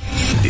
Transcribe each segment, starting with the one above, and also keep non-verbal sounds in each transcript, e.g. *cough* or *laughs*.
The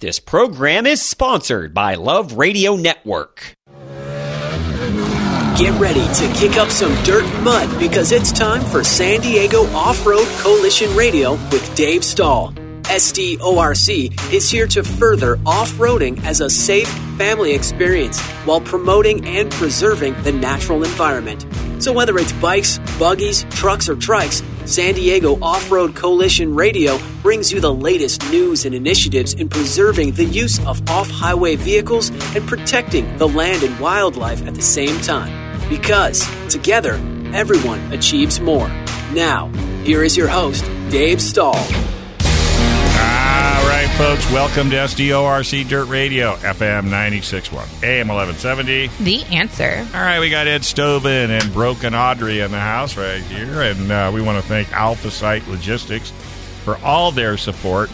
This program is sponsored by Love Radio Network. Get ready to kick up some dirt and mud because it's time for San Diego Off Road Coalition Radio with Dave Stahl. SDORC is here to further off roading as a safe family experience while promoting and preserving the natural environment. So, whether it's bikes, buggies, trucks, or trikes, San Diego Off Road Coalition Radio brings you the latest news and initiatives in preserving the use of off highway vehicles and protecting the land and wildlife at the same time. Because together, everyone achieves more. Now, here is your host, Dave Stahl. All right, folks, welcome to SDORC Dirt Radio, FM 961, AM 1170. The answer. All right, we got Ed Stobin and Broken Audrey in the house right here, and uh, we want to thank Alpha Site Logistics for all their support.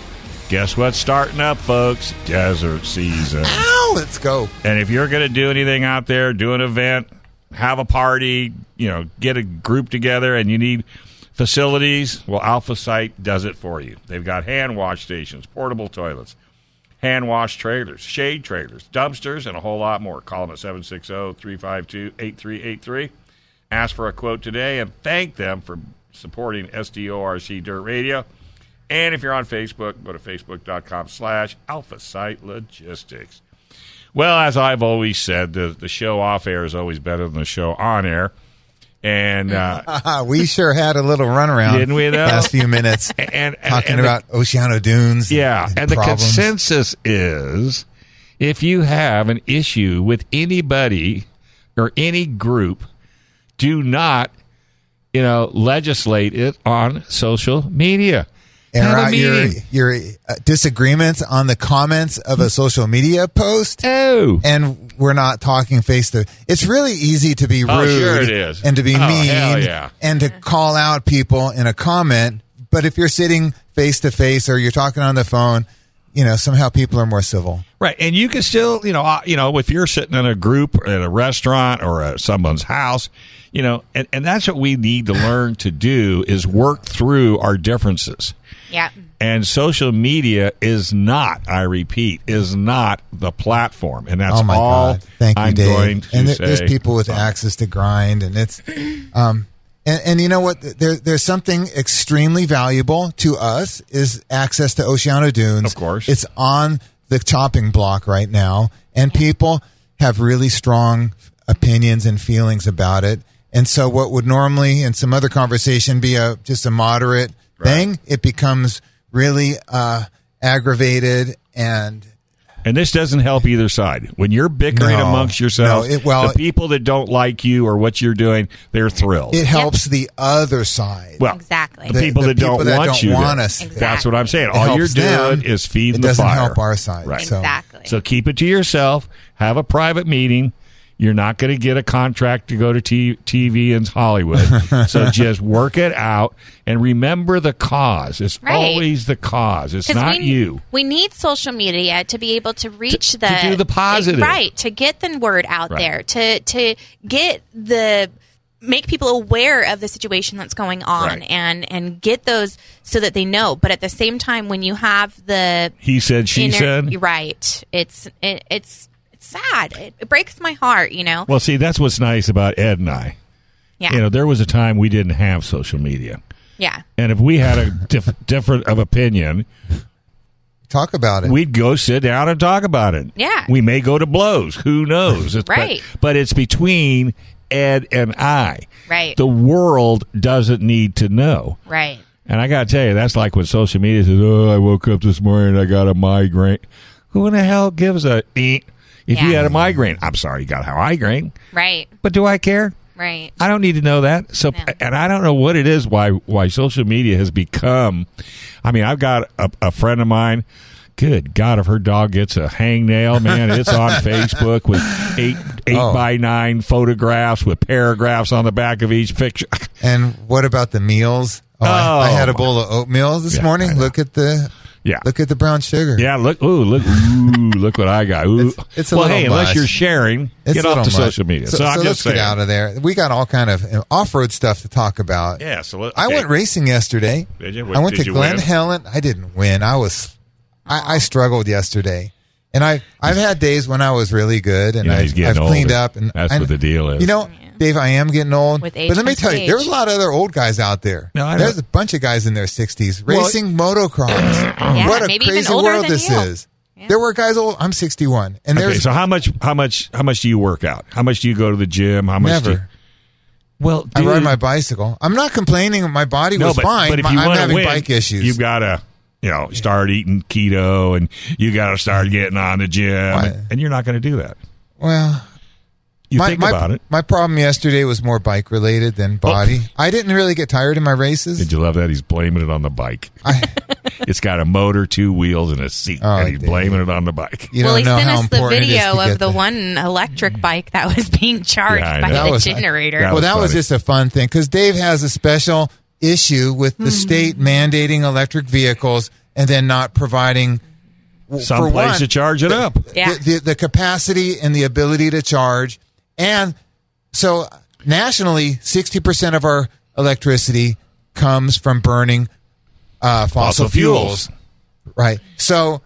Guess what's starting up, folks? Desert season. Ow, let's go. And if you're going to do anything out there, do an event, have a party, you know, get a group together, and you need facilities, well, Alpha Site does it for you. They've got hand wash stations, portable toilets, hand wash trailers, shade trailers, dumpsters, and a whole lot more. Call them at 760 352 8383. Ask for a quote today and thank them for supporting SDORC Dirt Radio. And if you're on Facebook, go to facebook.com slash alpha site logistics. Well, as I've always said, the, the show off air is always better than the show on air. And uh, Ah, we sure had a little runaround, Didn't we, though? Last few minutes, *laughs* And- and- talking and the- about Oceano Dunes. Yeah, and, the problems. consensus is if you have an issue with anybody or any group, do not, you know, legislate it on social media. Air Have a out your meeting. your uh, disagreements on the comments of a social media post, Oh. and we're not talking face to. It's really easy to be rude, Oh, sure it is. and to be Oh, mean, hell yeah. and to call out people in a comment. But if you're sitting face to face or you're talking on the phone, you know somehow people are more civil. Right, and you can still, you know, uh, you know, if you're sitting in a group at a restaurant or at someone's house, you know, and, and that's what we need to learn to do is work through our differences. Yeah. And social media is not, I repeat, is not the platform, and that's oh my all god! Thank you, I'm Dave. going to and there- say. there's people with axes to grind, and it's, um, and, and you know what? There, there's something extremely valuable to us is access to Oceano Dunes. Of course. it's on the chopping block right now, and people have really strong opinions and feelings about it. And so, what would normally in some other conversation be a just a moderate thing, it becomes really uh, aggravated and and this doesn't help either side. When you're bickering No. amongst yourselves, No, it- well- the people that don't like you or what you're doing, they're thrilled. it helps the other side. well, Exactly. the, people the that people don't that want don't you, want there. us there. That's what I'm saying. It All you're helps them. doing is feeding It the doesn't fire. help our side. Right. So- exactly. So keep it to yourself. Have a private meeting. You're not going to get a contract to go to t- TV in *laughs* Hollywood. so just work it out and remember the cause. It's Right. always the cause. It's 'Cause not we, you. We need social media to be able to reach To- the to do the positive. right? To get the word out Right. there, to to get the make people aware of the situation that's going on, Right. and and get those so that they know. But at the same time, when you have the He said, she inner- said. you're right? It's it, it's it's sad. It, it breaks my heart. You know. Well, see, that's what's nice about Ed and I. yeah. You know, there was a time we didn't have social media. yeah. And if we had a diff- *laughs* different of opinion, Talk about it. we'd go sit down and talk about it. Yeah. We may go to blows. Who knows? *laughs* It's, Right. But, but it's between Ed and I. Right. The world doesn't need to know. Right. And I got to tell you, that's like when social media says, oh, I woke up this morning and I got a migraine. Who in the hell gives a eat if you Yeah. had a migraine? I'm sorry you got a migraine, Right. but do I care? Right. I don't need to know that. So, No. and I don't know what it is why why social media has become. I mean, I've got a, a friend of mine. Good God, if her dog gets a hangnail, man, it's *laughs* on Facebook with eight eight Oh. by nine photographs with paragraphs on the back of each picture. *laughs* And what about the meals? Oh, I, I Oh, had a my- bowl of oatmeal this Yeah, I morning. know. Look at the Yeah. look at the brown sugar. Yeah, look, ooh, look, ooh, look what I got. Ooh. It's- it's a well, little hey, much. unless you're sharing, It's get a off little the much. social media. So, So, I'm so just let's saying. get out of there. We got all kind of uh, off-road stuff to talk about. Yeah, so let, I okay. went racing yesterday. Did you? What- I went did to you Glen win? Helen. I didn't win. I was, I, I struggled yesterday, and I I've had days when I was really good, and Yeah, he's I've, getting I've cleaned older. up, and That's I- what the deal is. You know, Dave, I am getting old. With age but let me comes tell you, age. there's a lot of other old guys out there. No, I know. there's a bunch of guys in their 60s *clears throat* racing motocross. what a maybe even crazy older world than this you. is. There were guys old. I'm 61, and Okay, there's so how much? How much? How much do you work out? How much do you go to the gym? How much? Do you, never. well, I ride dude, my bicycle. I'm not complaining. My body no, was but, fine. But if My- you I'm wanna having win, bike issues. You've got to, you know, start eating keto, and you got to start getting on the gym, Why? and, and you're not going to do that. well, You think about it. Oh. My problem yesterday was more bike related than body. I didn't really get tired in my races. Did you love that? He's blaming it on the bike. I, It's got a motor, two wheels, and a seat, Oh, and he's dude. blaming it on the bike. you well, don't he know sent how us the important it is video to of get Mm. the that. one electric bike that was *laughs* being charged Yeah, I by know. That the was- generator. that well, was that was funny. just a fun thing because Dave has a special issue with Hmm. the state mandating electric vehicles and then not providing w- Some for place one, to charge it up. Yeah. the, the, the capacity and the ability to charge. And so nationally, 60% of our electricity comes from burning uh, fossil, Fossil fuels. fuels. Right. So,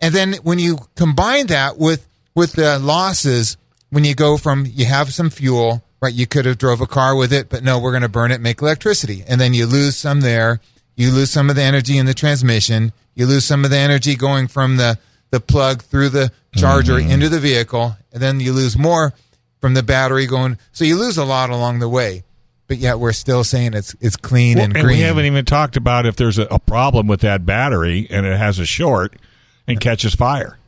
and then when you combine that with, with the losses, when you go from you have some fuel, right? You could have drove a car with it, but no, we're going to burn it, make electricity. And then you lose some there. You lose some of the energy in the transmission. You lose some of the energy going from the, the plug through the charger into the vehicle. And then you lose more from the battery going. So you lose a lot along the way, but yet we're still saying it's, it's clean Well, and and green. we haven't even talked about if there's a, a problem with that battery and it has a short and catches fire.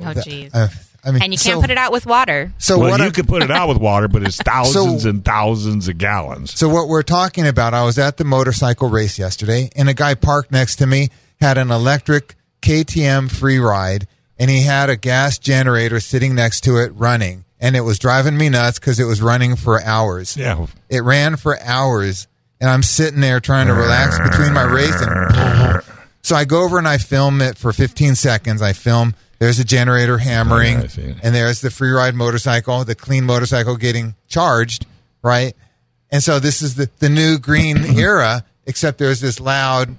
Oh, jeez. Uh, I mean, and you can't put it out with water. So well, what you I'm- could put it out with water, but *laughs* it's thousands So- and thousands of gallons. So what we're talking about, I was at the motorcycle race yesterday and a guy parked next to me had an electric KTM free ride and he had a gas generator sitting next to it running and it was driving me nuts because it was running for hours. Yeah. It ran for hours and I'm sitting there trying to relax between my race and *laughs* so I go over and I film it for 15 seconds. I film there's a generator hammering Oh, yeah, I see it. and there's the free ride motorcycle, the clean motorcycle getting charged, right? And so this is the, the *coughs* new green era, except there's this loud,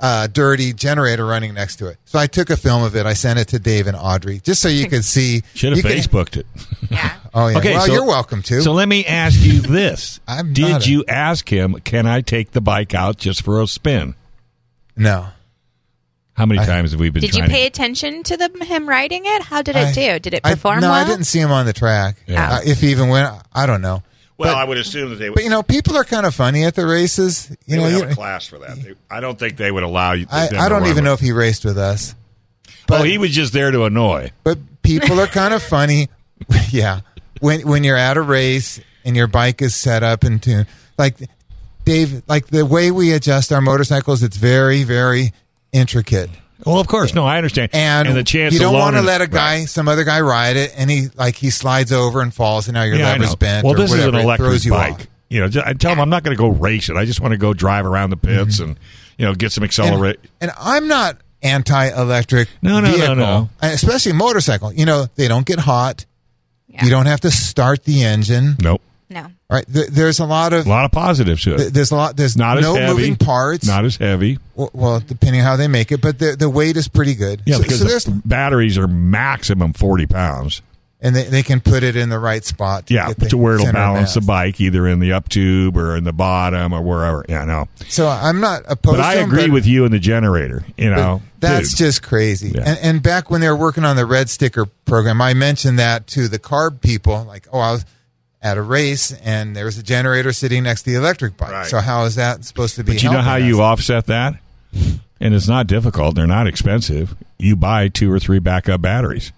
uh, dirty generator running next to it. So I took a film of it. I sent it to Dave and Audrey just so you could see. Should you have could- Facebooked it. Yeah. Oh, yeah. well, so- you're welcome to. So let me ask you this: *laughs* I'm not Did a- you ask him? Can I take the bike out just for a spin? no. How many times have we been? Did you trying pay to- attention to the him riding it? How did it I- do? Did it I- perform no, well? I didn't see him on the track. Yeah. Uh, if he even went, I don't know. Well, I would assume that they would. But you know, people are kind of funny at the races. they You know, would have you- a class for that. They- I don't think they would allow you. I, them I to don't run even with know it. if he raced with us. oh, he was just there to annoy. but people are *laughs* kind of funny. *laughs* yeah, when when you're at a race and your bike is set up and tuned, like Dave, like the way we adjust our motorcycles, it's very very intricate. Well, of course, no, I understand. And, the chance you don't alone want to is- let a guy, Right. some other guy, ride it, and he like he slides over and falls, and now your Yeah, I lever's know. bent. Well, or this is an whatever. It electric throws you bike. off. You know, just, I tell him I'm not going to go race it. I just want to go drive around the pits and you know get some accelerate. Mm-hmm. And I'm not anti-electric. No, no, no, vehicle, no. and especially motorcycle. You know, they don't get hot. Yeah. You don't have to start the engine. nope, no. All right, th- there's a lot of a lot of positives to it. th- there's a lot there's not no as heavy. moving parts. Not as heavy. W- well, depending on how they make it, but the the weight is pretty good. Yeah, so, because so the there's batteries are maximum forty pounds. and they, they can put it in the right spot. Yeah, get the to where it'll center balance the mass. bike either in the up tube or in the bottom or wherever. Yeah, I know. So I'm not opposed. But I to 'em, agree but- with you and the generator. You but know, that's Dude. just crazy. Yeah. And, and back when they were working on the red sticker program, I mentioned that to the carb people. Like, oh, I was at a race and there was a generator sitting next to the electric bike. Right. So how is that supposed to be? But you know how helping you us? offset that, and it's not difficult. They're not expensive. You buy two or three backup batteries.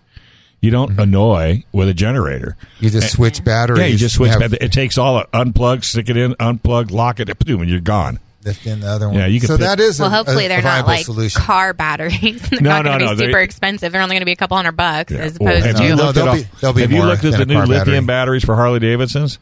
You don't Mm-hmm. annoy with a generator. you just switch batteries. Yeah, Eh, you just switch. have- back. It takes all unplug, stick it in, unplug, lock it, boom, and you're gone. lift in the other one. Yeah, you can so pick- that is a- Well, hopefully a, they're a not viable like solution. car batteries. *laughs* They're No, not no, going to no, be they- super expensive. They're only going to be a couple hundred bucks Yeah. as Well, opposed have to you No, looked there'll at, be- there'll be have you more looked at than the a new car battery. Uh-huh. lithium batteries for Harley Davidsons?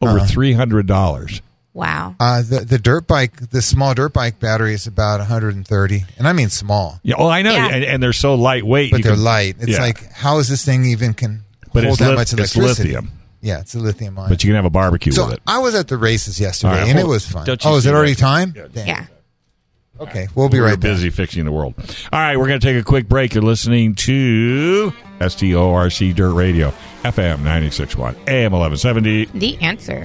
Over three hundred dollars. wow. Uh, the the dirt bike, the small dirt bike battery is about 130, and I mean small, Yeah. Oh, I know. Yeah. And, and they're so lightweight. but you they're can- light. It's yeah. like how is this thing even can But hold it's that lith- much it's electricity? lithium. Yeah, it's a lithium ion. But you can have a barbecue so with it. I was at the races yesterday, All right, and it hold- was fun. don't you Oh, is see it already that? time? Yeah. Damn. Yeah. Okay, we'll be We're right back. busy fixing the world. All right, we're going to take a quick break. You're listening to STORC Dirt Radio, FM 96.1, AM 1170. The answer.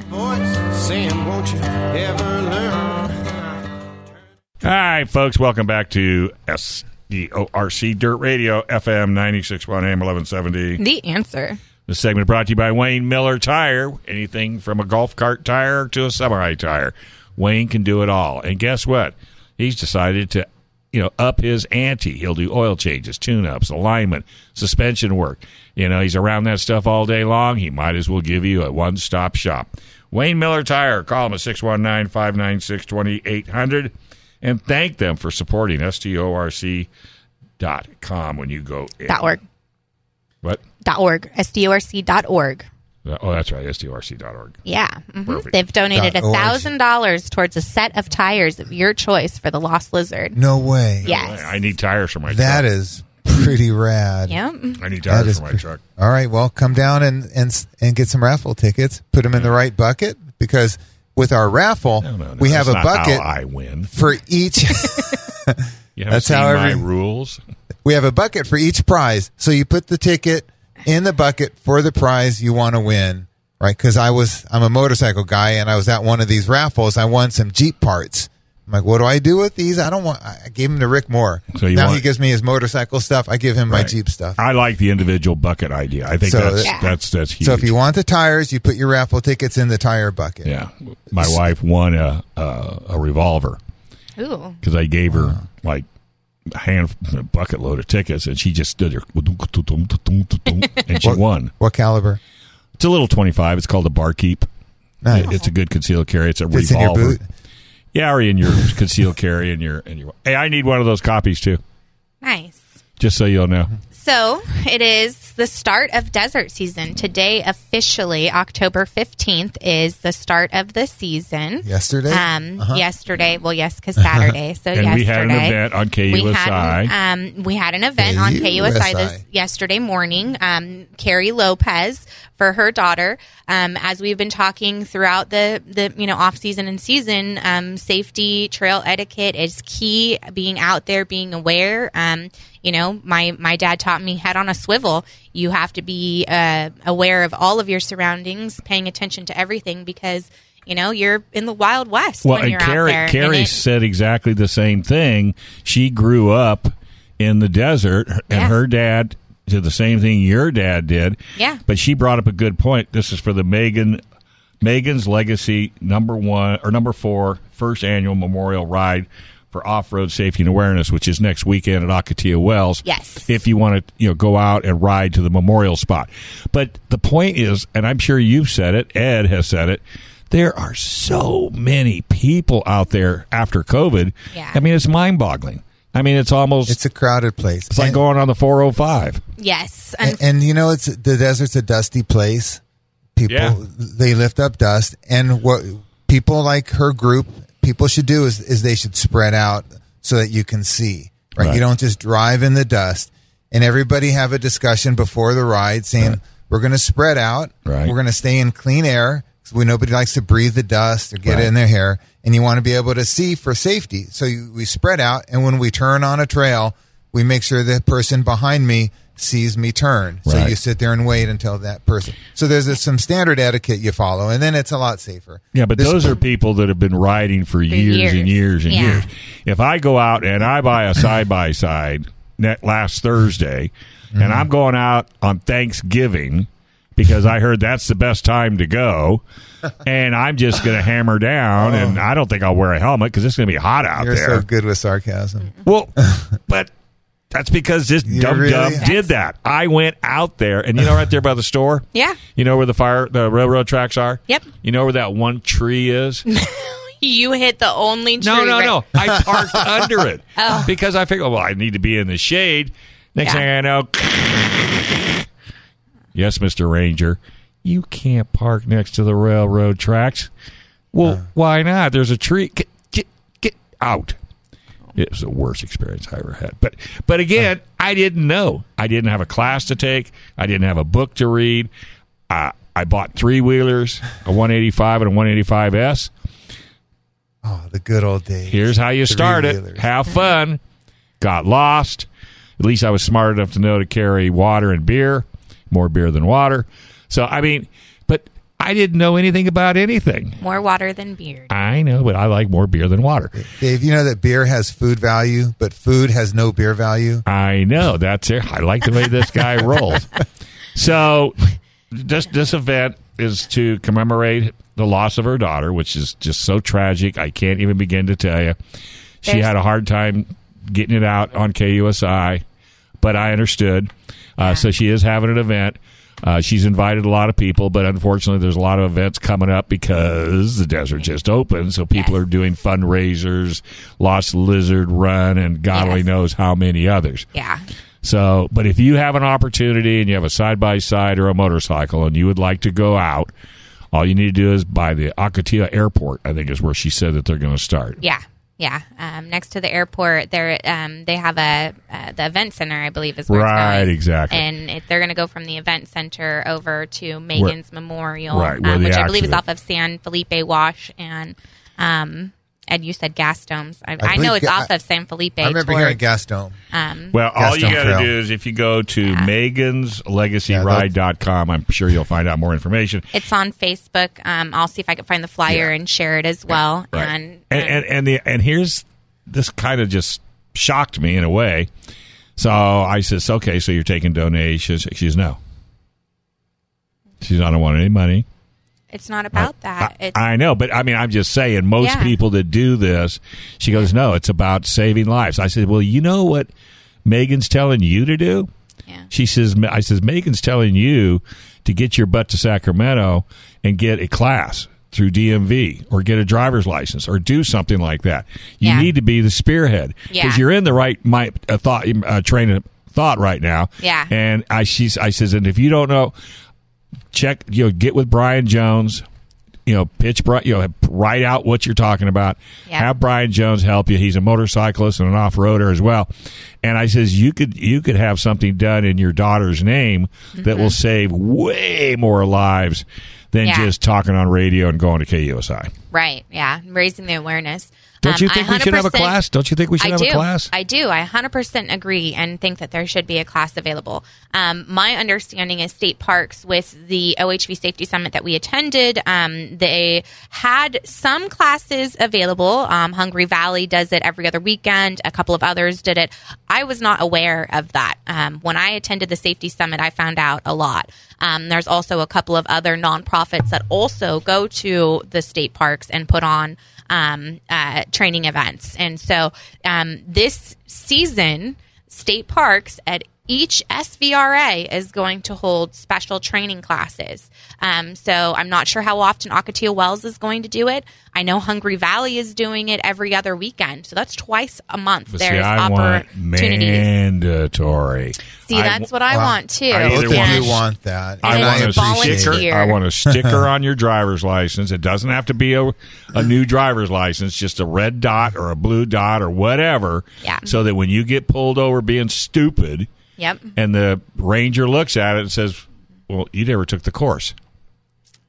All right, folks, welcome back to STORC Dirt Radio, FM 96.1, AM 1170. The answer. This segment brought to you by Wayne Miller Tire. Anything from a golf cart tire to a samurai tire, Wayne can do it all. And guess what? He's decided to, you know, up his ante. He'll do oil changes, tune-ups, alignment, suspension work. You know, he's around that stuff all day long. He might as well give you a one-stop shop. Wayne Miller Tire. Call him at 619-596-2800 and thank them for supporting STORC dot com when you go in. Dot org. What? Dot org. S-D-O-R-C dot org. Oh, that's right. STORC.org. Yeah. mhm. Perfect. They've donated a Dot org. $1,000 towards a set of tires of your choice for the Lost Lizard. No way. Yes. I need tires for my That truck. is pretty rad. Yep. I need That tires is for my pre- truck. All right, well, come down and and s- and get some raffle tickets. Put them in the right bucket because with our raffle, No, no, no. we have that's a not bucket How I win. for *laughs* each. You haven't That's seen how my every- rules. we have a bucket for each prize. So you put the ticket in the bucket for the prize you want to win, right? Because I was I'm a motorcycle guy, and I was at one of these raffles. I won some Jeep parts. I'm like, what do I do with these? I don't want. I gave them to Rick Moore. So you now want- he gives me his motorcycle stuff. I give him my Right. Jeep stuff. I like the individual bucket idea. I think So that's, that- that's that's huge. So if you want the tires, you put your raffle tickets in the tire bucket. yeah, my wife won a a, a revolver Ooh. because I gave Uh-huh. her like a hand a bucket load of tickets, and she just stood there and she What- won. What caliber? It's a little twenty five. It's called a barkeep. Nice. It's a good concealed carry. It's a Fits in your revolver. boot. Yeah, or in *laughs* your concealed carry and your and your. Hey, I need one of those copies too, Nice. just so you'll know. So it is the start of desert season. Today, officially, October 15th, is the start of the season. Yesterday? Um, Yesterday. Well, yes, because Saturday. So And yesterday. we had an event on We KUSI. had, an- um, we had an event on KUSI this, KUSI. yesterday morning. Um, Carrie Lopez for her daughter. Um, as we've been talking throughout the the you know off season and season, um, safety trail etiquette is key. Being out there, being aware. Um, you know, my my dad taught me head on a swivel. You have to be uh, aware of all of your surroundings, paying attention to everything because. You know, you're in the wild west Well, when and you're Carrie, out there. and Carrie it- said exactly the same thing. She grew up in the desert, and Yeah. her dad did the same thing your dad did. Yeah. But she brought up a good point. This is for the Megan Megan's Legacy number one or number four first annual memorial ride for off-road safety and awareness, which is next weekend at Akatia Wells. Yes. If you want to, you know, go out and ride to the memorial spot. But the point is, and I'm sure you've said it, Ed has said it, there are so many people out there after COVID. Yeah. I mean, it's mind-boggling. I mean, it's almost it's, It's a crowded place. like and, going on the 405. yes, and, and you know, it's the desert's a dusty place. People Yeah. they lift up dust, and what people like her group people should do is is they should spread out so that you can see. Right, Right. you don't just drive in the dust. And everybody have a discussion before the ride, saying we're going to spread out. Right. We're going to stay in clean air 'cause we nobody likes to breathe the dust or get Right. it in their hair. And you want to be able to see for safety. So you, we spread out, and when we turn on a trail, we make sure the person behind me sees me turn. So Right. you sit there and wait until that person. So there's a, some standard etiquette you follow, and then it's a lot safer. Yeah, but This- those are people that have been riding for years, and years. years and Yeah. years. If I go out and I buy a side by side last Thursday, Mm-hmm. and I'm going out on Thanksgiving because I heard that's the best time to *laughs* go, and I'm just going to hammer down, and I don't think I'll wear a helmet because it's going to be hot out *laughs* Oh. You're there. so good with sarcasm. *laughs* Well, but that's because this You dumb really- dumb did that. I went out there, and you know, right there by the store. Yeah. You know where the fire, the railroad tracks are. Yep. You know where that one tree is. you hit the only tree. No, no, right- no. *laughs* I parked under it Oh. because I figured, well, I need to be in the shade. Next Yeah. thing I know, yes, Mister Ranger, you can't park next to the railroad tracks. Well, why not? There's a tree. Get, get, get out. It was the worst experience I ever had. But, but again, I didn't know. I didn't have a class to take. I didn't have a book to read. I, I bought three wheelers, a 185 and a 185S. Oh, the good old days. Here's how you start it. Three-wheelers. Have fun. Got lost. At least I was smart enough to know to carry water and beer, more beer than water. So, I mean, but I didn't know anything about anything. More water than beard. I know, but I like more beer than water. Dave, you know that beer has food value, but food has no beer value. I know. That's it. I like the way this guy *laughs* rolls. So, this this event is to commemorate the loss of her daughter, which is just so tragic. I can't even begin to tell you. She There's- had a hard time getting it out on KUSI, but I understood. Uh, so she is having an event. Uh, she's invited a lot of people, but unfortunately, there's a lot of events coming up because the desert just opened. So people Yes. are doing fundraisers, Lost Lizard Run, and God only Yes. knows how many others. Yeah. So, but if you have an opportunity and you have a side by side or a motorcycle and you would like to go out, all you need to do is by the Akatia Airport, I think is where she said that they're going to start. Yeah. Yeah. Um, next to the airport, there um, they have a uh, the event center, I believe, is where Right, it's going. exactly. And it, they're going to go from the event center over to Megan's Memorial, right, where um, the which I believe is accident- off of San Felipe Wash and. Um, and you said gas domes. I, I, believe know it's ga- off of San Felipe. I remember towards- hearing Gas Dome. Well, all you Gaston got to Trail. do is if you go to Megan's Yeah, legacy dot com, I'm sure you'll find out more information. It's on Facebook. Um, I'll see if I can find the flyer and share it as well. And, um, and and and, the, and here's this kind of just shocked me in a way. So I says, okay, so you're taking donations. She says, no. She says, I don't want any money. it's not about that. I, It's I know, but I mean, I'm just saying, most Yeah. people that do this, she goes, no, it's about saving lives. I said, well, you know what Megan's telling you to do? yeah. She says, I says, Megan's telling you to get your butt to Sacramento and get a class through DMV or get a driver's license or do something like that. You Yeah. need to be the spearhead Yeah. because you're in the right my, uh, thought uh, train of thought right now. Yeah. And I she's I says, and if you don't know, check you know get with Brian Jones. You know, pitch Bri- you know write out what you're talking about. Yeah. Have Brian Jones help you. He's a motorcyclist and an off roader as well. And I says you could you could have something done in your daughter's name that will save way more lives than Mm-hmm. Yeah. just talking on radio and going to KUSI. Right. Yeah. Raising the awareness. Don't Um, you I think we should have a 100% class? Don't you think we should I have do. a class? I do. I 100% agree and think that there should be a class available. Um, my understanding is state parks with the OHV Safety Summit that we attended, um, they had some classes available. Um, Hungry Valley does it every other weekend. A couple of others did it. I was not aware of that. Um, when I attended the Safety Summit, I found out a lot. Um, there's also a couple of other nonprofits that also go to the state parks and put on um, uh, training events. And so um, this season, state parks at each SVRA is going to hold special training classes. Um, so I'm not sure how often Ocotillo Wells is going to do it. I know Hungry Valley is doing it every other weekend. So that's twice a month. But see, There's I want opportunities. mandatory. See, that's what I Wow. want too. I either Both of one. you want that. I and want a to volunteer. appreciate it. sticker. I want a sticker on your driver's license. It doesn't have to be a, a new driver's license, just a red dot or a blue dot or whatever. Yeah. So that when you get pulled over being stupid, Yep. and the ranger looks at it and says, "Well, you never took the course."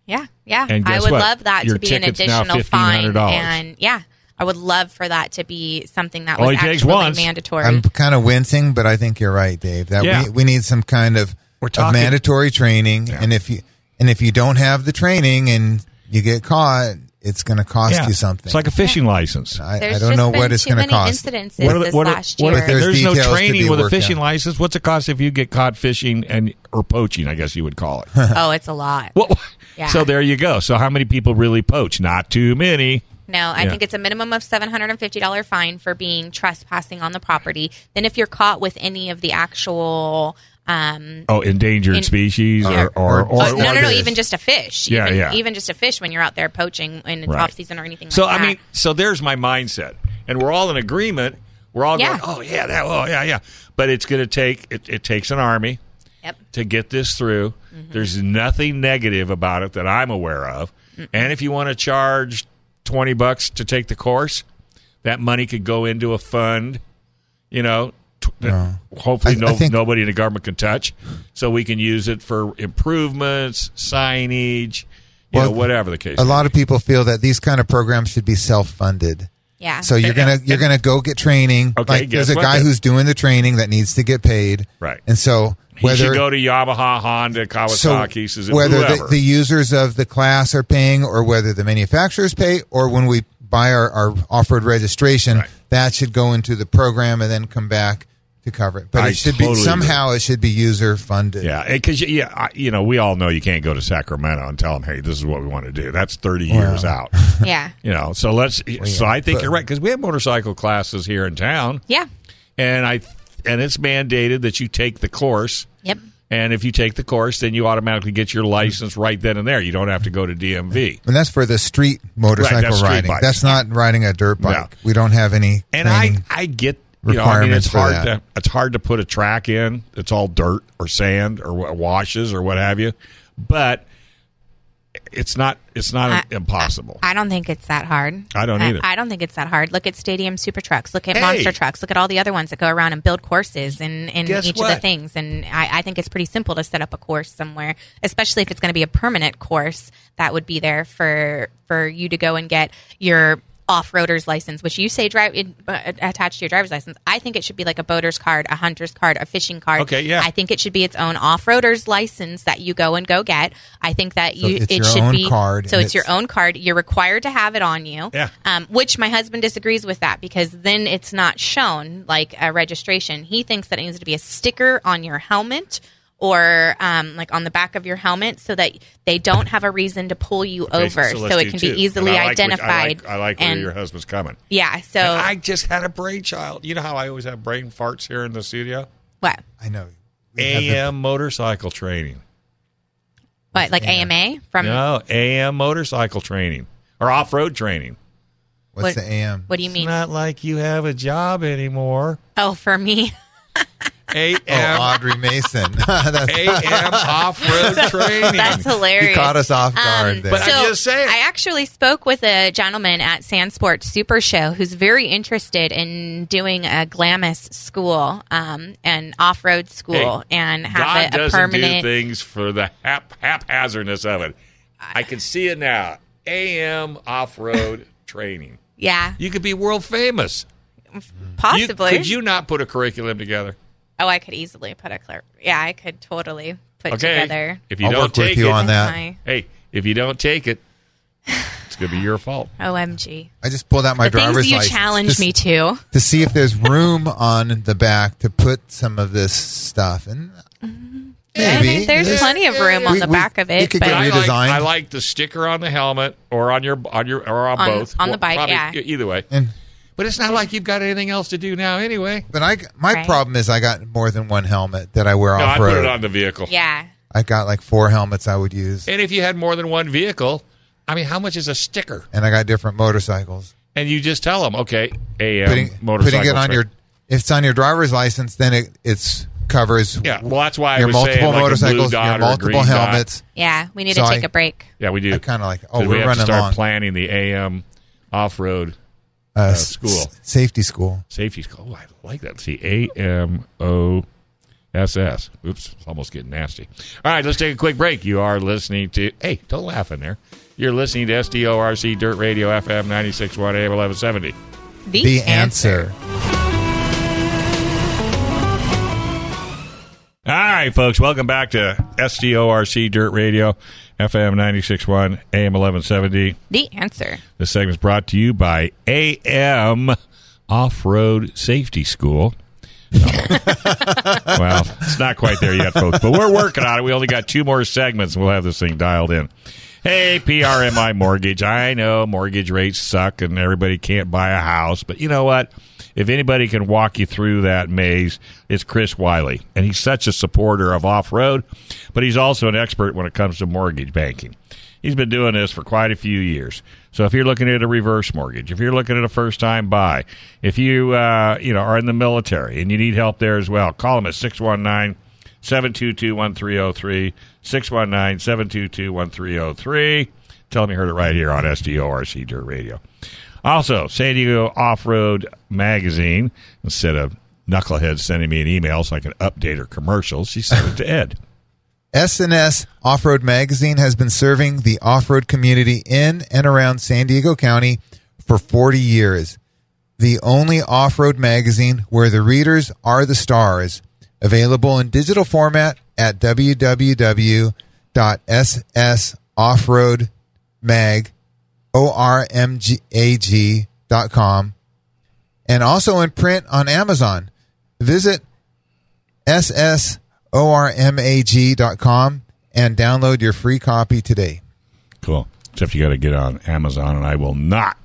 Yeah, yeah. And I guess would what? love that Your to be an ticket's now additional fine, $1,500. and yeah, I would love for that to be something that All was it takes actually once. mandatory. I'm *laughs* kind of wincing, but I think you're right, Dave. That Yeah. we, we need some kind of, We're of talking- mandatory training, and if you and if you don't have the training and you get caught, it's going to cost you something. It's like a fishing license. I, I There's don't just know been what it's too going many to cost. incidences are the- this are- last what are year. the- But there's there's no details to training be with a worked out. fishing license. What's it cost if you get caught fishing and or poaching? I guess you would *laughs* call it. oh, it's a lot. Well, Yeah. So there you go. So how many people really poach? Not too many. No, I Yeah. think it's a minimum of seven hundred and fifty dollar fine for being trespassing on the property. Then if you're caught with any of the actual Um, Oh, endangered In- species Yeah. or or, or, uh, no, or no, no. the- Even just a fish. Yeah, even, yeah. Even just a fish when you're out there poaching in it's Right. off season or anything. So like I that. mean, so there's my mindset, and we're all in agreement. We're all Yeah. going, oh yeah, that, oh yeah, yeah. But it's going to take it, it takes an army Yep. to get this through. Mm-hmm. There's nothing negative about it that I'm aware of. And if you want to charge twenty bucks to take the course, that money could go into a fund. You know, t- hopefully I- I no, think- nobody in the government can touch, so we can use it for improvements, signage, you Well, know, whatever the case. A lot of people feel that these kind of programs should be self-funded. Yeah. So *laughs* you're gonna you're gonna go get training. Okay, like there's guess a what guy then? who's doing the training that needs to get paid. Right. And so You should whether go to Yamaha, Honda, so Kawasaki, Suzuki, whether whoever. the, the users of the class are paying or whether the manufacturers pay or when we buy our, our off-road registration, Right. that should go into the program and then come back to cover it. But I it should totally be agree. somehow it should be user funded. yeah, because yeah, I- you know, we all know you can't go to Sacramento and tell them, "Hey, this is what we want to do." That's thirty years *laughs* out. yeah. You know, so let's. So I think but- you're right because we have motorcycle classes here in town, Yeah. and I and it's mandated that you take the course. Yep. And if you take the course, then you automatically get your license right then and there. You don't have to go to DMV. And that's for the street motorcycle that's street riding. bike. That's not riding a dirt bike. No. We don't have any. And I, training. I get you know, I mean, requirements it's for hard that. to it's hard to put a track in. It's all dirt or sand or wa- washes or what have you, but it's not it's not I- impossible. I don't think it's that hard. I don't either. I, don't think it's that hard. Look at stadium super trucks. Look at Hey. monster trucks. Look at all the other ones that go around and build courses in, in Guess each of what? the things. And I, I think it's pretty simple to set up a course somewhere, especially if it's going to be a permanent course that would be there for for you to go and get your off-roaders license, which you say drive it- uh, attached to your driver's license. I think it should be like a boater's card, a hunter's card, a fishing card. Okay, yeah. I think it should be its own off-roaders license that you go and go get. I think that you it's it your should own be card So and it's your it's- own card. You're required to have it on you. Yeah. Um, which my husband disagrees with that because then it's not shown like a registration. He thinks that it needs to be a sticker on your helmet or um, like on the back of your helmet so that they don't have a reason to pull you over Okay, so, let's it do can two. be easily And I like what- identified. I like, I like where and- your husband's coming. Yeah. So And I just had a brain child. You know how I always have brain farts here in the studio? what? I know. We have the- AM motorcycle training. What? Like AMA from No, AM motorcycle training or off road training. What's What- the AM? What do you It's mean? not like you have a job anymore. oh, for me. *laughs* Oh, AM, Audrey Mason. *laughs* That's, AM off road training. *laughs* That's hilarious. you caught us off guard Um, there. But I- I'm just saying. I actually spoke with a gentleman at Sandsport Super Show who's very interested in doing a Glamis school, um, an off-road school, and have God a, a doesn't permanent. do things for the hap- haphazardness of it. I can see it now. AM off road training. yeah, You could be world famous. You- possibly. could you not put a curriculum together? oh, I could easily put a clerk. Yeah, I could totally put Okay. together. If you I'll don't work take with you it, on that. my hey, if you don't take it, it's gonna be your fault. *laughs* OMG. I just pulled out my the things driver's you license challenge to, me to. to see if there's room on the back to put some of this stuff. And I maybe mean, there's plenty of room on We- the we- back of we it. could but get I rid like, Redesign? I like the sticker on the helmet or on your on your or on, On- both on the bike, Probably yeah. e- Either way, And- but it's not like you've got anything else to do now anyway. But I, my Right. problem is I got more than one helmet that I wear No, I off put it road. on the vehicle. yeah. I got like four helmets I would use, And if you had more than one vehicle, I mean, how much is a sticker? and I got different motorcycles. And you just tell them, okay, AM putting motorcycle. putting it on trip. your if it's on your driver's license, then it it's covers yeah. Well, that's why I your was multiple saying, like, a blue motorcycles, dot or your a multiple green dot. helmets. Yeah. We need So to take I- a break. Yeah, we do. I kind of like oh Because we we're have running to start long planning the AM off-road uh, uh, s- school. s- safety school. safety school. Oh, I like that. See, A M O S S. Oops, it's almost getting nasty. All right, let's take a quick break. You are listening to. Hey, don't laugh in there. You're listening to SDORC Dirt Radio FM 961 AM 1170. The, The answer. All right, folks, welcome back to SDORC Dirt Radio FM 961 AM 1170. The answer. This segment is brought to you by AM Off Road Safety School. well, it's not quite there yet, folks, but we're working on it. We only got two more segments, and we'll have this thing dialed in. Hey, PRMI Mortgage. I know mortgage rates suck and everybody can't buy a house, but you know what? If anybody can walk you through that maze, it's Chris Wiley. And he's such a supporter of off road, but he's also an expert when it comes to mortgage banking. He's been doing this for quite a few years. So if you're looking at a reverse mortgage, if you're looking at a first time buy, if you uh, you know are in the military and you need help there as well, call him at 619 722 1303. 619 722 1303. Tell them you heard it right here on SDORC Dirt Radio. Also, San Diego Off Road Magazine, instead of Knucklehead sending me an email so I can update her commercials, she sent it to Ed. SNS Off Road Magazine has been serving the off road community in and around San Diego County for 40 years. The only off road magazine where the readers are the stars. Available in digital format at www.ssoffroadmag.com and also in print on Amazon. Visit ssormag.com and download your free copy today. Cool. Except you got to get on Amazon, and I will not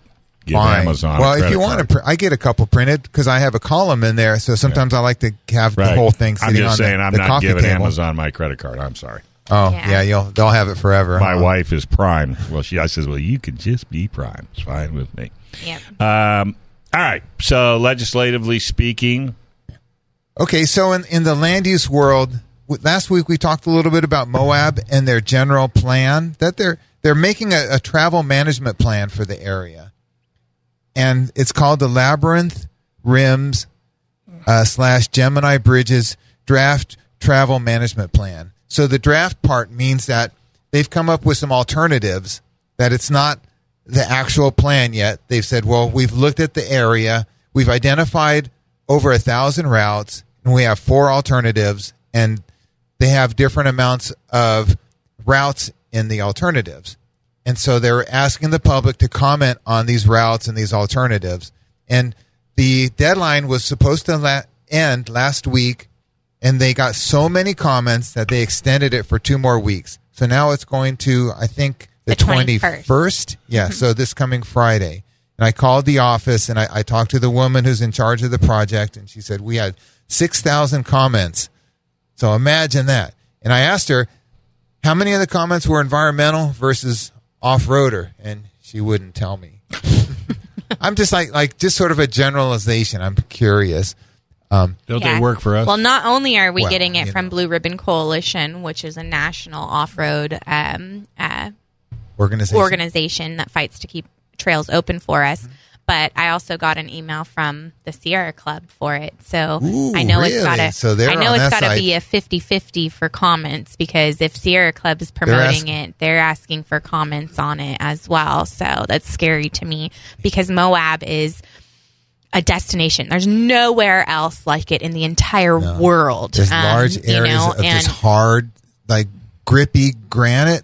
give Fine. Amazon. a Well, if credit you want to, card. print, I get a couple printed because I have a column in there. So sometimes I like to have the Right. whole thing I'm sitting just on saying, the, I'm the not coffee giving table. Amazon my credit card. I'm sorry. Oh yeah, Yeah. you'll they'll have it forever. My huh? wife is Prime. Well, she I says, well, you could just be Prime. It's fine with me. Yep. Um, all right. So, legislatively speaking, Okay, so in, in the land use world, w- last week we talked a little bit about Moab and their general plan that they're they're making a, a travel management plan for the area, and it's called the Labyrinth Rims uh, slash Gemini Bridges Draft Travel Management Plan. So the draft part means that they've come up with some alternatives that it's not the actual plan yet. They've said, well, we've looked at the area, we've identified over a thousand routes, and we have four alternatives, and they have different amounts of routes in the alternatives. And so they're asking the public to comment on these routes and these alternatives. And the deadline was supposed to la- end last week, and they got so many comments that they extended it for two more weeks. So now it's going to, I think, the, The 21st. 21st. Yeah, so this coming Friday. And I called the office and I, I talked to the woman who's in charge of the project, and she said, We had 6,000 comments. So imagine that. And I asked her, how many of the comments were environmental versus off-roader and she wouldn't tell me *laughs* i'm just like like just sort of a generalization i'm curious Um, Don't Yeah. they work for us? Well, not only are we Well, getting it you from know. Blue Ribbon Coalition, which is a national off road um, uh, organization organization that fights to keep trails open for us. Mm-hmm. But I also got an email from the Sierra Club for it. So Ooh, I know it's really? got to So they're I know on it's that got to side. be a 50-50 for comments because if Sierra Club is promoting asking- it, they're asking for comments on it as well. So that's scary to me because Moab is a destination. There's nowhere else like it in the entire world. there's Um, large you areas know, of just and- hard like grippy granite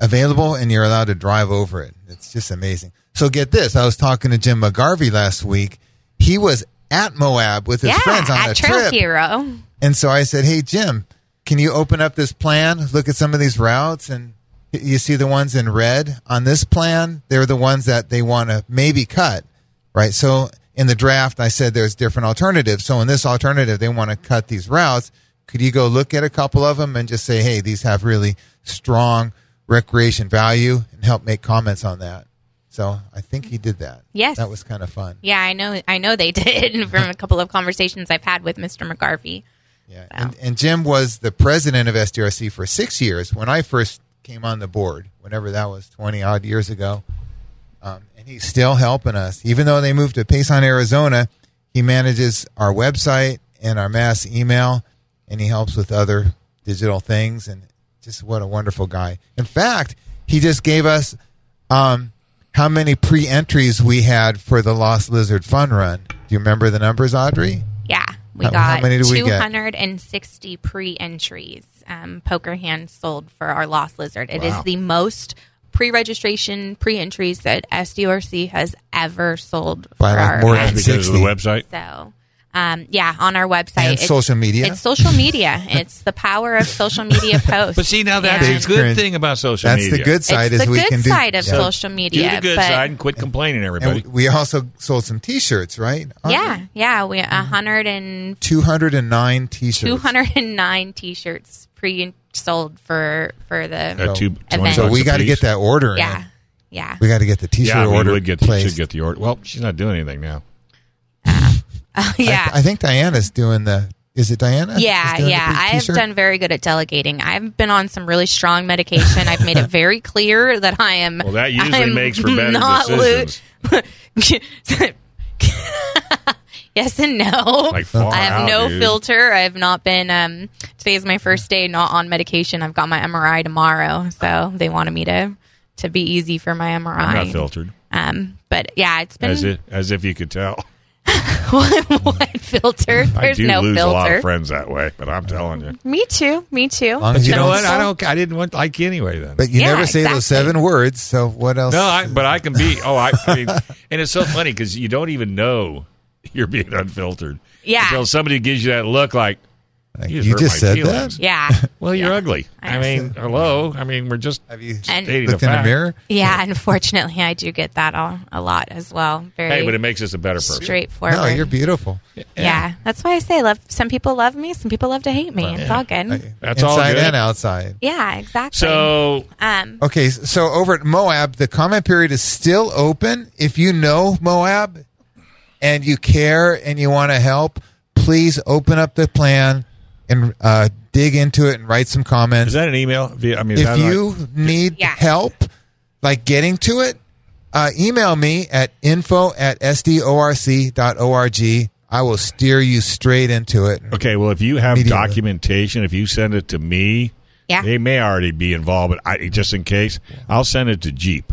available and you're allowed to drive over it it's just amazing so get this i was talking to jim mcgarvey last week he was at moab with his yeah, friends on at a Trail trip Hero. And so I said, "Hey Jim, can you open up this plan? Look at some of these routes, and you see the ones in red on this plan. They're the ones that they want to maybe cut, right? So in the draft, I said there's different alternatives. So in this alternative, they want to cut these routes. Could you go look at a couple of them and just say, hey, these have really strong recreation value, and help make comments on that? So I think he did that. Yes. that was kind of fun. Yeah, I know. I know they *laughs* did from a couple of conversations I've had with Mr. McGarvey. Yeah. And, and Jim was the president of SDRC for six years when I first came on the board, whenever that was 20 odd years ago. Um, and he's still helping us. Even though they moved to Payson, Arizona, he manages our website and our mass email, and he helps with other digital things. And just what a wonderful guy. In fact, he just gave us um, how many pre entries we had for the Lost Lizard Fun Run. Do you remember the numbers, Audrey? Yeah, we How- how got many did we get? 260 pre-entries. Um, poker hands sold for our lost lizard. It is the most pre-registration pre-entries that SDRC has ever sold By for like our more event. than because of the 60. website, So um, yeah, on our website. And social media? It's social *laughs* media. it's the power of social media posts. But see, now that's And a Big good screen. thing about social That's media. the good side it's is the we good can do side of Yeah. social Do media. the good but side and quit complaining, everybody. And we also sold some T-shirts, right? yeah, yeah, we Mm-hmm. 100 and two hundred and nine T-shirts. 209 t-shirts pre-sold for for the At two- So- 20 So bucks we a got to piece. get that order. in. yeah yeah we got to get the T-shirt yeah, we order would get the, placed. should get the order. Well, she's not doing anything now. yeah I think Diana's doing the. Is it Diana? yeah who's doing the yeah i have T-shirt? done very good at delegating i've been on some really strong medication i've *laughs* made it very clear that i am Well, that usually I'm makes for better not lo- decisions. *laughs* yes and no Like, far i have out, no dude. filter i've not been um today is my first day not on medication i've got my mri tomorrow so they wanted me to to be easy for my mri I'm not filtered, Um, but yeah, it's been as if, as if you could tell. what filter? I There's do no lose a lot filter. of friends that way, but I'm telling you. me too. Me too. long as You know what? don't- I don't. I didn't want like anyway. Then But you Yeah, never say those exactly. seven words. So what else? no, I, but I can be. Oh, I. I mean, *laughs* and it's so funny because you don't even know you're being unfiltered. Yeah. Until somebody gives you that look, like Like, you you just, just, hurt my said feelings. that. *laughs* Yeah. Well, you're ugly. I I mean, hello. I mean, we're just Have you And- stating looked the in the fact. mirror? Yeah. Unfortunately, I do get that all, a lot as well. Very Hey, but it makes us a better person. straightforward. No, you're beautiful. yeah. That's why I say love. Some people love me. Some people love to hate me. it's all good. That's all Inside good. and outside. yeah. Exactly. So um, Okay, s- so over at Moab, the comment period is still open. If you know Moab and you care and you want to help, please open up the plan and uh, dig into it and write some is comments. that an email? Via- I mean, is If that you like- need Yeah. help, like getting to it, uh, email me at info at sdorc.org. I will steer you straight into it. okay, well, if you have Media. documentation, if you send it to me, Yeah. they may already be involved. But I, just in case, I'll send it to Jeep.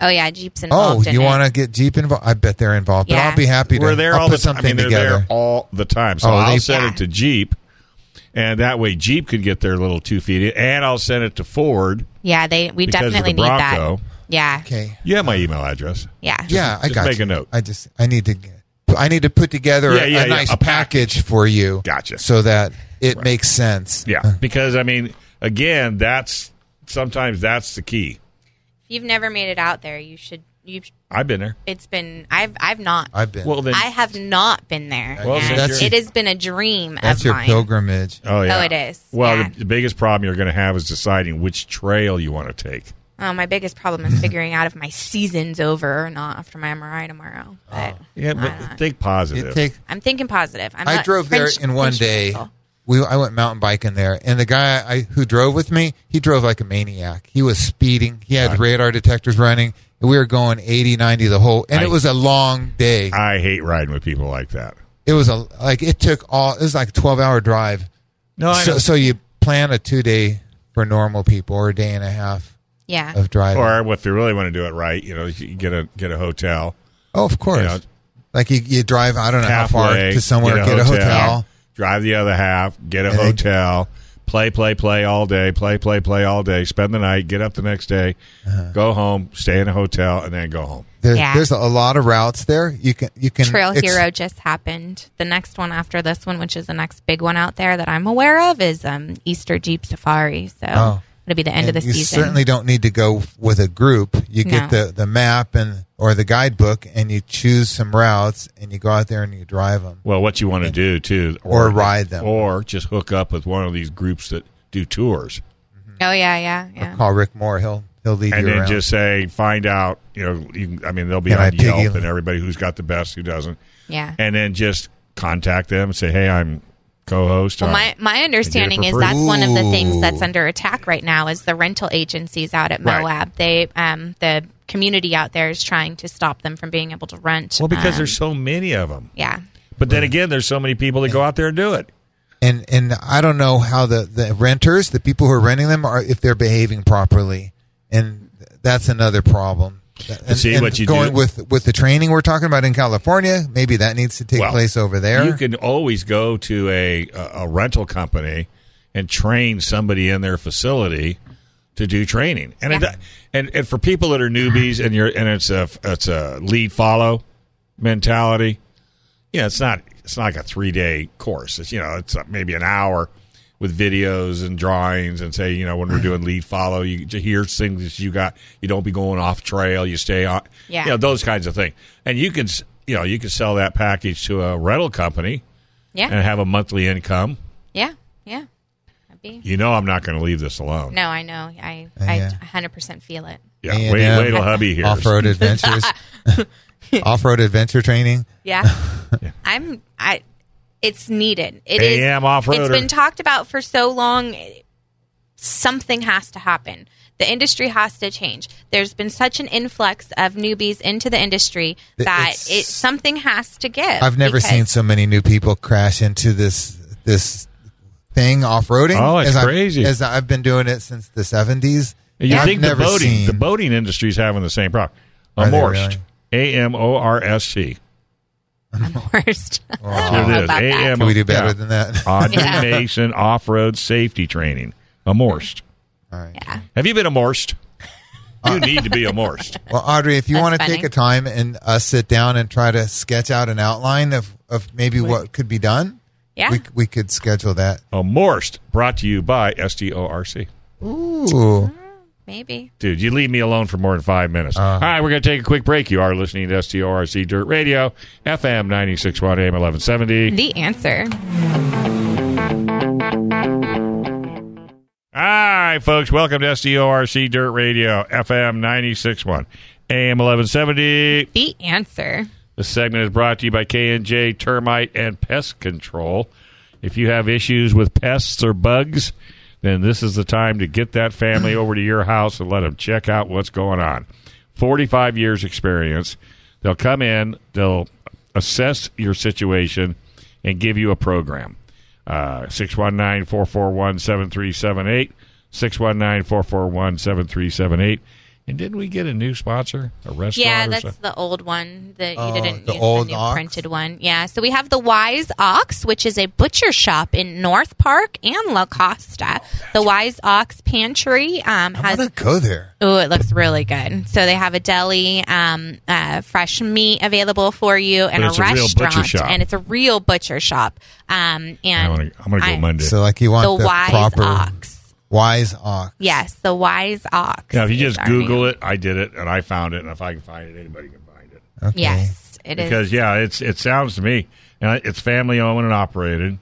oh yeah, Jeep's Oh, involved. in you it. want to get Jeep involved? I bet they're involved, but Yeah. I'll be happy to. We're there I'll all put the time. I mean, something they're together. there all the time. So Oh, I'll they- send Yeah. it to Jeep, and that way Jeep could get their little two feet. in. And I'll send it to Ford. Yeah. They. We Because of the definitely need that. Bronco. Yeah. Okay. You have my email address. Yeah. yeah, I just got make you. a note. I just I need to get- I need to put together Yeah, yeah, a yeah, nice a package. for you. Gotcha. So that it makes sense. Yeah, because I mean, again, that's sometimes that's the key. If you've never made it out there, you should. You. have I've been there. It's been. I've. I've not. I've been. Well, then, I have not been there. Well, and that's it your- has been a dream that's of your mine. pilgrimage. oh yeah, Oh, it is. Well, Yeah. the, the biggest problem you're going to have is deciding which trail you want to take. Oh, my biggest problem is figuring out if my season's over or not after my MRI tomorrow. But Oh, Yeah, Why not? but think It positive. take I'm thinking positive. I'm I not drove there pinch- in one pinch day. myself. We I went mountain biking there, and the guy I, who drove with me, he drove like a maniac. He was speeding. He had radar detectors running. And we were going 80, 90 the whole, and I- it was a long day. I hate riding with people like that. it was a like it took all. It was like a twelve hour drive. No, I so, know. so you plan a two day for normal people or a day and a half Yeah. of driving. or if you really want to do it right, you know, you get a get a hotel. oh, of course. You know, like you, you drive, I don't know halfway how far to somewhere, get a, hotel. drive the other half, get a And then- hotel, play, play, play all day, play, play, play all day, spend the night, get up the next day, Uh-huh. go home, stay in a hotel, and then go home. There, Yeah. There's a lot of routes there. You can you can Trail ex- Hero just happened. The next one after this one, which is the next big one out there that I'm aware of, is um, Easter Jeep Safari. So Oh. it'll be the end and of the you season. certainly don't need to go with a group. You get No. the the map and or the guidebook, and you choose some routes, and you go out there and you drive them. Well, what you want to do too, Or ride them. or just hook up with one of these groups that do tours, oh, yeah, yeah, yeah. Call Rick Moore; he'll he'll lead and you then around. just say, find out. You know, you can, I mean, they'll be Can I on piggy- Yelp and everybody who's got the best, who doesn't, yeah. and then just contact them and say, hey, I'm co-host. Well, or- my, my understanding for is free. that's one of the Ooh. things that's under attack right now is the rental agencies out at Right. Moab. They um, the community out there is trying to stop them from being able to rent. well, because um, there's so many of them. yeah. But then again, there's so many people that go out there and do it. and and I don't know how the the renters, the people who are renting them, are if they're behaving properly, and that's another problem. And, see, and what you going do- with with the training we're talking about in California, maybe that needs to take Well, place over there. You can always go to a a a rental company and train somebody in their facility to do training. And it, and and for people that are newbies and you're and it's a it's a lead follow mentality, you know, it's not it's not like a three day course. It's you know, it's uh, maybe an hour with videos and drawings and say, you know, when we're doing lead follow, you j- here's things that you got. You don't be going off trail. You stay on. Yeah. You know those kinds of things, and you can s- you know you can sell that package to a rental company and Yeah. have a monthly income. Yeah. Yeah. That'd be. You know, I'm not going to leave this alone. No, I know. I Yeah. I 100% feel it. Yeah. And, wait, uh, wait till hubby here. *laughs* Off road adventures. Off road adventure training. *laughs* Yeah. I'm I it's needed. It is- AM off-roader. It's been talked about for so long. Something has to happen. The industry has to change. There's been such an influx of newbies into the industry Th- that it's- it something has to give. I've never because- seen so many new people crash into this this thing off roading. Oh, it's as I've- crazy. as I've been doing it since the seventies. You I've think the never boating seen the boating industry is having the same problem? Are they Amorst, really? A M O R S T. I'm *laughs* horsed. I That's don't what know it is. about that. AM. Can we do better yeah. than that? All Automation off road safety training. Amorst. right. Have you been amorst? Uh. You need to be *laughs* amorst. Well, Audrey, if you That's want to funny. take a time and us sit down and try to sketch out an outline of, of maybe what could be done, Yeah. we, we could schedule that. Amorst brought to you by S T O R C. Mm-hmm. Ooh. Maybe. Dude, you leave me alone for more than five Uh. minutes. All right, we're going to take a quick break. You are listening to STORC Dirt Radio, FM 961 AM 1170. The answer. All right, folks, welcome to STORC Dirt Radio, FM 961 AM 1170. The answer. This segment is brought to you by K&J Termite and Pest Control. If you have issues with pests or bugs, then this is the time to get that family over to your house and let them check out what's going on. 45 years experience. They'll come in, they'll assess your situation and give you a program. Uh, 619-441-7378, 619-441-7378. And didn't we get a new sponsor? A restaurant Yeah, or that's something? the old one that you Oh, didn't the use old the new ox? printed one. Yeah, so we have the Wise Ox, which is a butcher shop in North Park and La Costa. the Wise Ox Pantry um, I'm has going to go there. Oh, it looks really good. So they have a deli, um, uh, fresh meat available for you, and But it's a a real butcher restaurant, shop. and it's a real butcher shop. Um, and I wanna, I'm going to go I- Monday. So, like, you want The the, Wise proper Ox. wise ox. Yes, the Wise Ox. Yeah, if you is just our Google new- it, I did it and I found it, and if I can find it, anybody can find it. Okay. yes, it is. Because yeah, it's it sounds to me, and I- it's family owned and operated,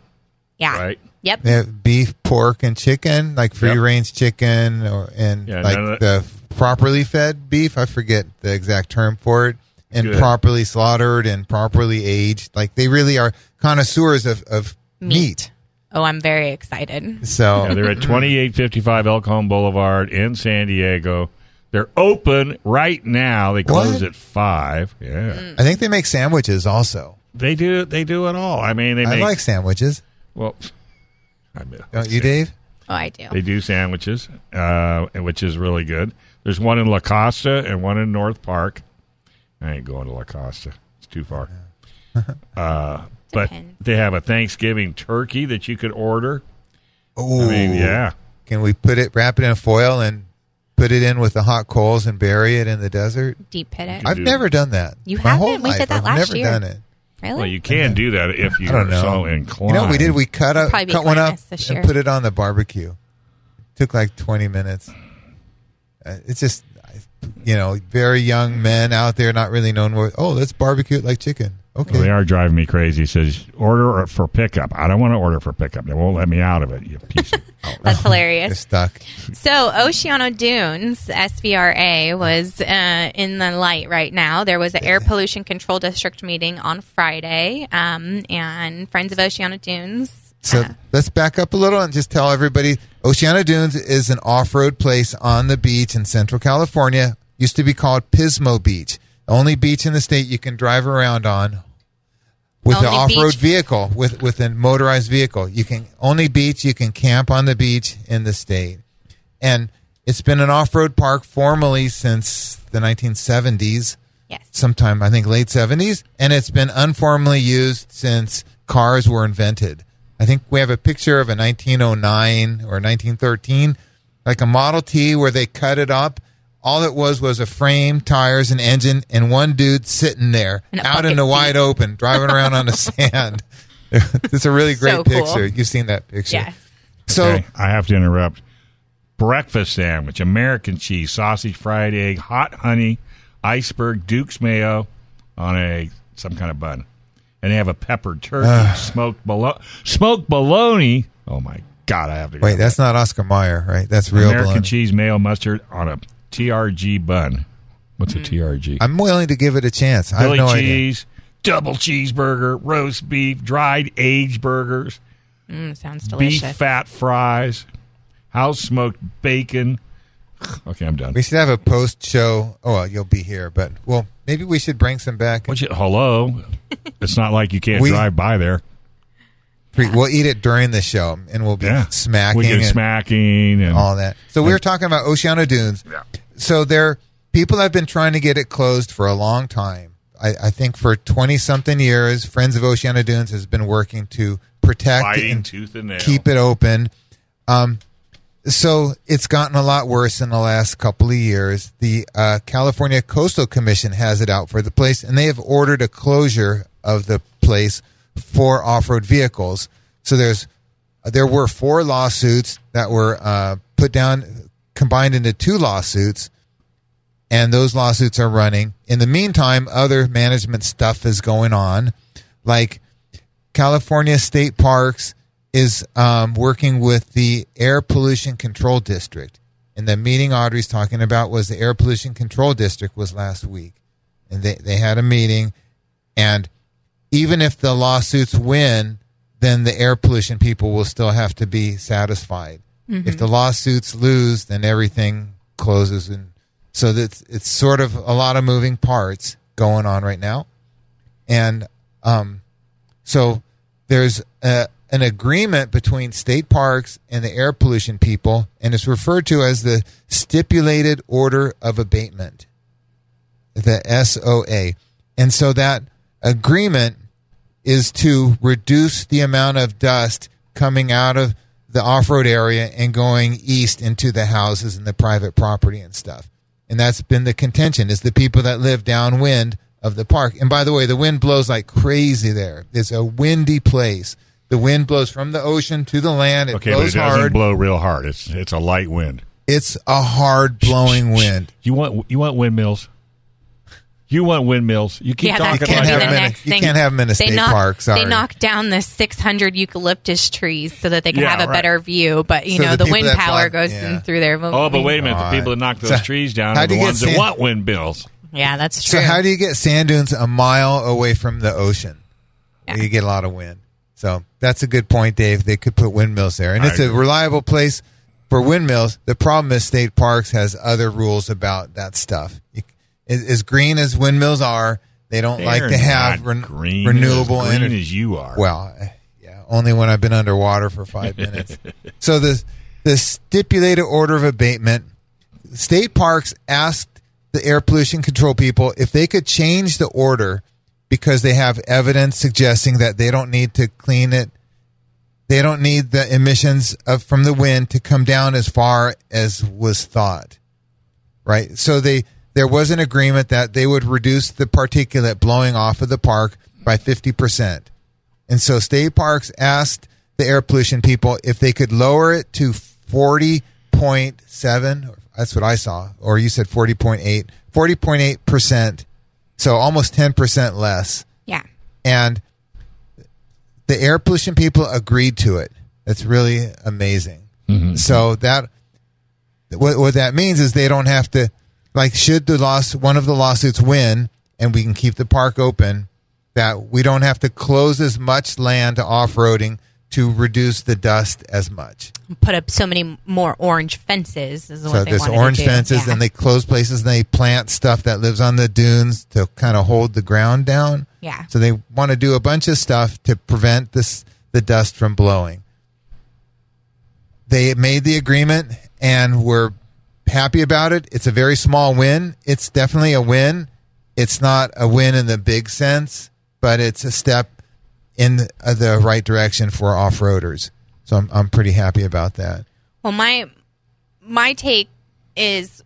yeah, right? Yep. They have beef, pork, and chicken, like free Yep. range chicken, or and Yeah, like none of the properly fed beef. I forget the exact term for it. And Good. properly slaughtered and properly aged. Like they really are connoisseurs of, of meat. Meat. Oh, I'm very excited. So Yeah, they're at 2855 El Elkhorn Boulevard in San Diego. They're open right now. They close What? at five. Yeah, Mm. I think they make sandwiches also. they do. They do it all. I mean, they I make like sandwiches. well. I mean, Don't you, Dave? Oh, I do. They do sandwiches, uh, which is really good. There's one in La Costa and one in North Park. I ain't going to La Costa; it's too *laughs* far. Uh, but Depends. they have a Thanksgiving turkey that you could order. Oh, I mean, yeah, Can we put it, wrap it in foil, and put it in with the hot coals and bury it in the desert? Deep pit it. I've do. never done that. You My whole haven't? We did life, that I've last never year. done it. really? well, you can do that if you I don't are know. so inclined. You know, what we did. We cut up, probably be cut one doing up, this this and year. put it on the barbecue. took like twenty minutes. Uh, it's just, you know, very young men out there not really knowing what. Oh, let's barbecue it like chicken. Well, Okay, they are driving me crazy. It says order for pickup. I don't want to order for pickup. They won't let me out of it. You piece *laughs* of *laughs* That's they're hilarious. stuck. So, Oceano Dunes, SVRA, was uh, in the light right now. There was an air pollution control district meeting on Friday, um, and Friends of Oceano Dunes. So let's back up a little and just tell everybody Oceana Dunes is an off road place on the beach in Central California. Used to be called Pismo Beach. The only beach in the state you can drive around on with an Only off road beach. vehicle, with, with a motorized vehicle. You can only beach, you can camp on the beach in the state. And it's been an off road park formally since the 1970s Yes. sometime I think late seventies, and it's been informally used since cars were invented. I think we have a picture of a 1909 or 1913, like a Model T, where they cut it up All it was was a frame, tires, an engine, and one dude sitting there And a out bucket in the seat. wide open, driving around *laughs* on the sand. *laughs* it's a really great So cool. picture. You've seen that picture. Yes. So Okay, I have to interrupt. Breakfast sandwich, American cheese, sausage, fried egg, hot honey, iceberg, Duke's mayo on a some kind of bun, and they have a peppered turkey, smoked bolo- smoked bologna. Oh my god, I have to go. wait, that's not Oscar Mayer, right? That's real American bologna. cheese, mayo, mustard on a TRG bun. What's a TRG? I'm willing to give it a chance. I Mm. have Philly no idea. cheese, double cheeseburger, roast beef, dried aged burgers, Mm, sounds beef delicious. fat fries, house smoked bacon. *sighs* Okay, I'm done. We should have a post show. Oh, well, you'll be here, but well, maybe we should bring some back. What you, *laughs* hello? It's not like you can't We- drive by there. Pre- We'll eat it during the show, and we'll be Yeah, smacking We get and smacking and all that. So we were talking about Oceano Dunes. So there, people have been trying to get it closed for a long time. I, I think for twenty something years, Friends of Oceano Dunes has been working to protect it fighting and tooth and nail. keep it open. Um, so it's gotten a lot worse in the last couple of years. The uh, California Coastal Commission has it out for the place, and they have ordered a closure of the place for off-road vehicles. So there's there were four lawsuits that were uh, put down, combined into two lawsuits, and those lawsuits are running. In the meantime, other management stuff is going on, like California State Parks is um, working with the Air Pollution Control District. And the meeting Audrey's talking about was the Air Pollution Control District was last week. And they, they had a meeting. And even if the lawsuits win, then the air pollution people will still have to be satisfied. If the lawsuits lose, then everything closes. And so that's, it's sort of a lot of moving parts going on right now. And um, so there's a, an agreement between state parks and the air pollution people, and it's referred to as the stipulated order of abatement, the SOA. And so that agreement is to reduce the amount of dust coming out of the off road area and going east into the houses and the private property and stuff. And that's been the contention is the people that live downwind of the park. And by the way, the wind blows like crazy there. It's a windy place. The wind blows from the ocean to the land. It okay, but it blows doesn't hard. blow real hard. It's it's a light wind. it's a hard blowing wind. You want you want windmills. You want windmills. You keep yeah, talking that's You going can't to be about the have them in a- next you thing. can't have them in a they state knock, park, sorry. They knocked down the 600 eucalyptus trees so that they could Yeah, have a right. better view, but you So know the the, people wind that power block- goes yeah. in through their. Oh, but wait a minute. The people that knock those So, trees down how are do the you get ones that sand- want windmills. Yeah, that's So true. how do you get sand dunes a mile away from the ocean? Where Yeah. You get a lot of wind. So that's a good point, Dave. They could put windmills there, and I it's a agree. reliable place for windmills. The problem is state parks has other rules about that stuff. You- As, as green as windmills are, they don't like They're to have not ren- green renewable as green energy. as you are. Well, eh, yeah, only when I've been underwater for five minutes. So the the stipulated order of abatement, state parks asked the air pollution control people if they could change the order because they have evidence suggesting that they don't need to clean it. They don't need the emissions of, from the wind to come down as far as was thought right? So they there was an agreement that they would reduce the particulate blowing off of the park by 50%. And so state parks asked the air pollution people if they could lower it to 40.7 that's what I saw or you said 40.8 40.8%. So almost 10% less yeah. and the air pollution people agreed to it. It's really amazing. So that what what that means is they don't have to like should the loss one of the lawsuits win and we can keep the park open that we don't have to close as much land to off-roading to reduce the dust as much. Put up so many more orange fences. Is what So they there's wanted orange to do. fences yeah. and they close places and they plant stuff that lives on the dunes to kind of hold the ground down. Yeah. So they want to do a bunch of stuff to prevent this the dust from blowing. They made the agreement and we're happy about it. It's a very small win. It's definitely a win. It's not a win in the big sense, but it's a step in uh, the right direction for off-roaders. So I'm I'm pretty happy about that. Well, my my take is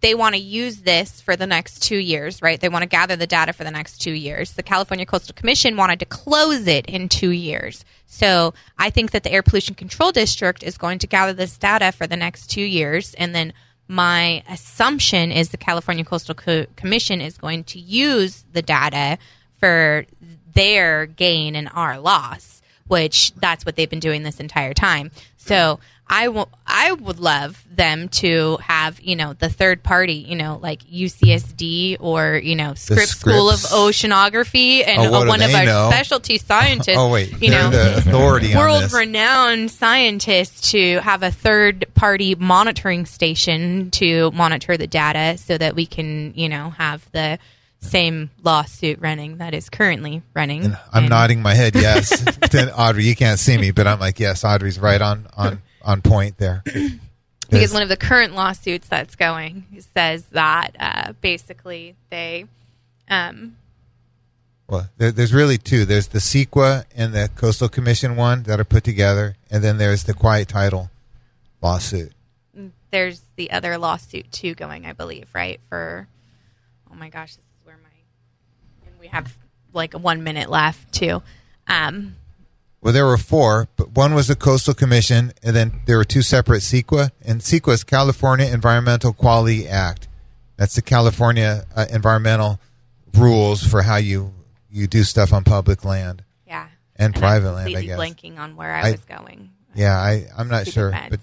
they want to use this for the next two years, right? They want to gather the data for the next two years. The California Coastal Commission wanted to close it in two years. So I think that the Air Pollution Control District is going to gather this data for the next two years. And then my assumption is the California Coastal Co- Commission is going to use the data for their gain and our loss which that's what they've been doing this entire time. So I will, I would love them to have, you know, the third party, you know, like UCSD or, you know, Scripps, School of Scripps. Oceanography and Oh, what uh, do one of they our know? specialty scientists, *laughs* Oh wait, you know, the authority on world this. renowned scientists to have a third party monitoring station to monitor the data so that we can, you know, have the same lawsuit running that is currently running. I'm And- nodding my *laughs* head yes. then Audrey, you can't see me, but I'm like, yes, Audrey's right on on on point there. *clears throat* because Yes. one of the current lawsuits that's going says that uh, basically they um, Well, there, there's really two. There's the CEQA and the Coastal Commission one that are put together, and then there's the quiet title lawsuit. there's the other lawsuit too going i believe right for oh my gosh this is where my and we have like one minute left too um, Well, there were four, but one was the Coastal Commission, and then there were two separate CEQA. And CEQA is California Environmental Quality Act. That's the California uh, environmental rules for how you you do stuff on public land. yeah And private I'm land, I completely guess. blanking on where i, I- was going Yeah, I, I'm not Stupid sure, meds. but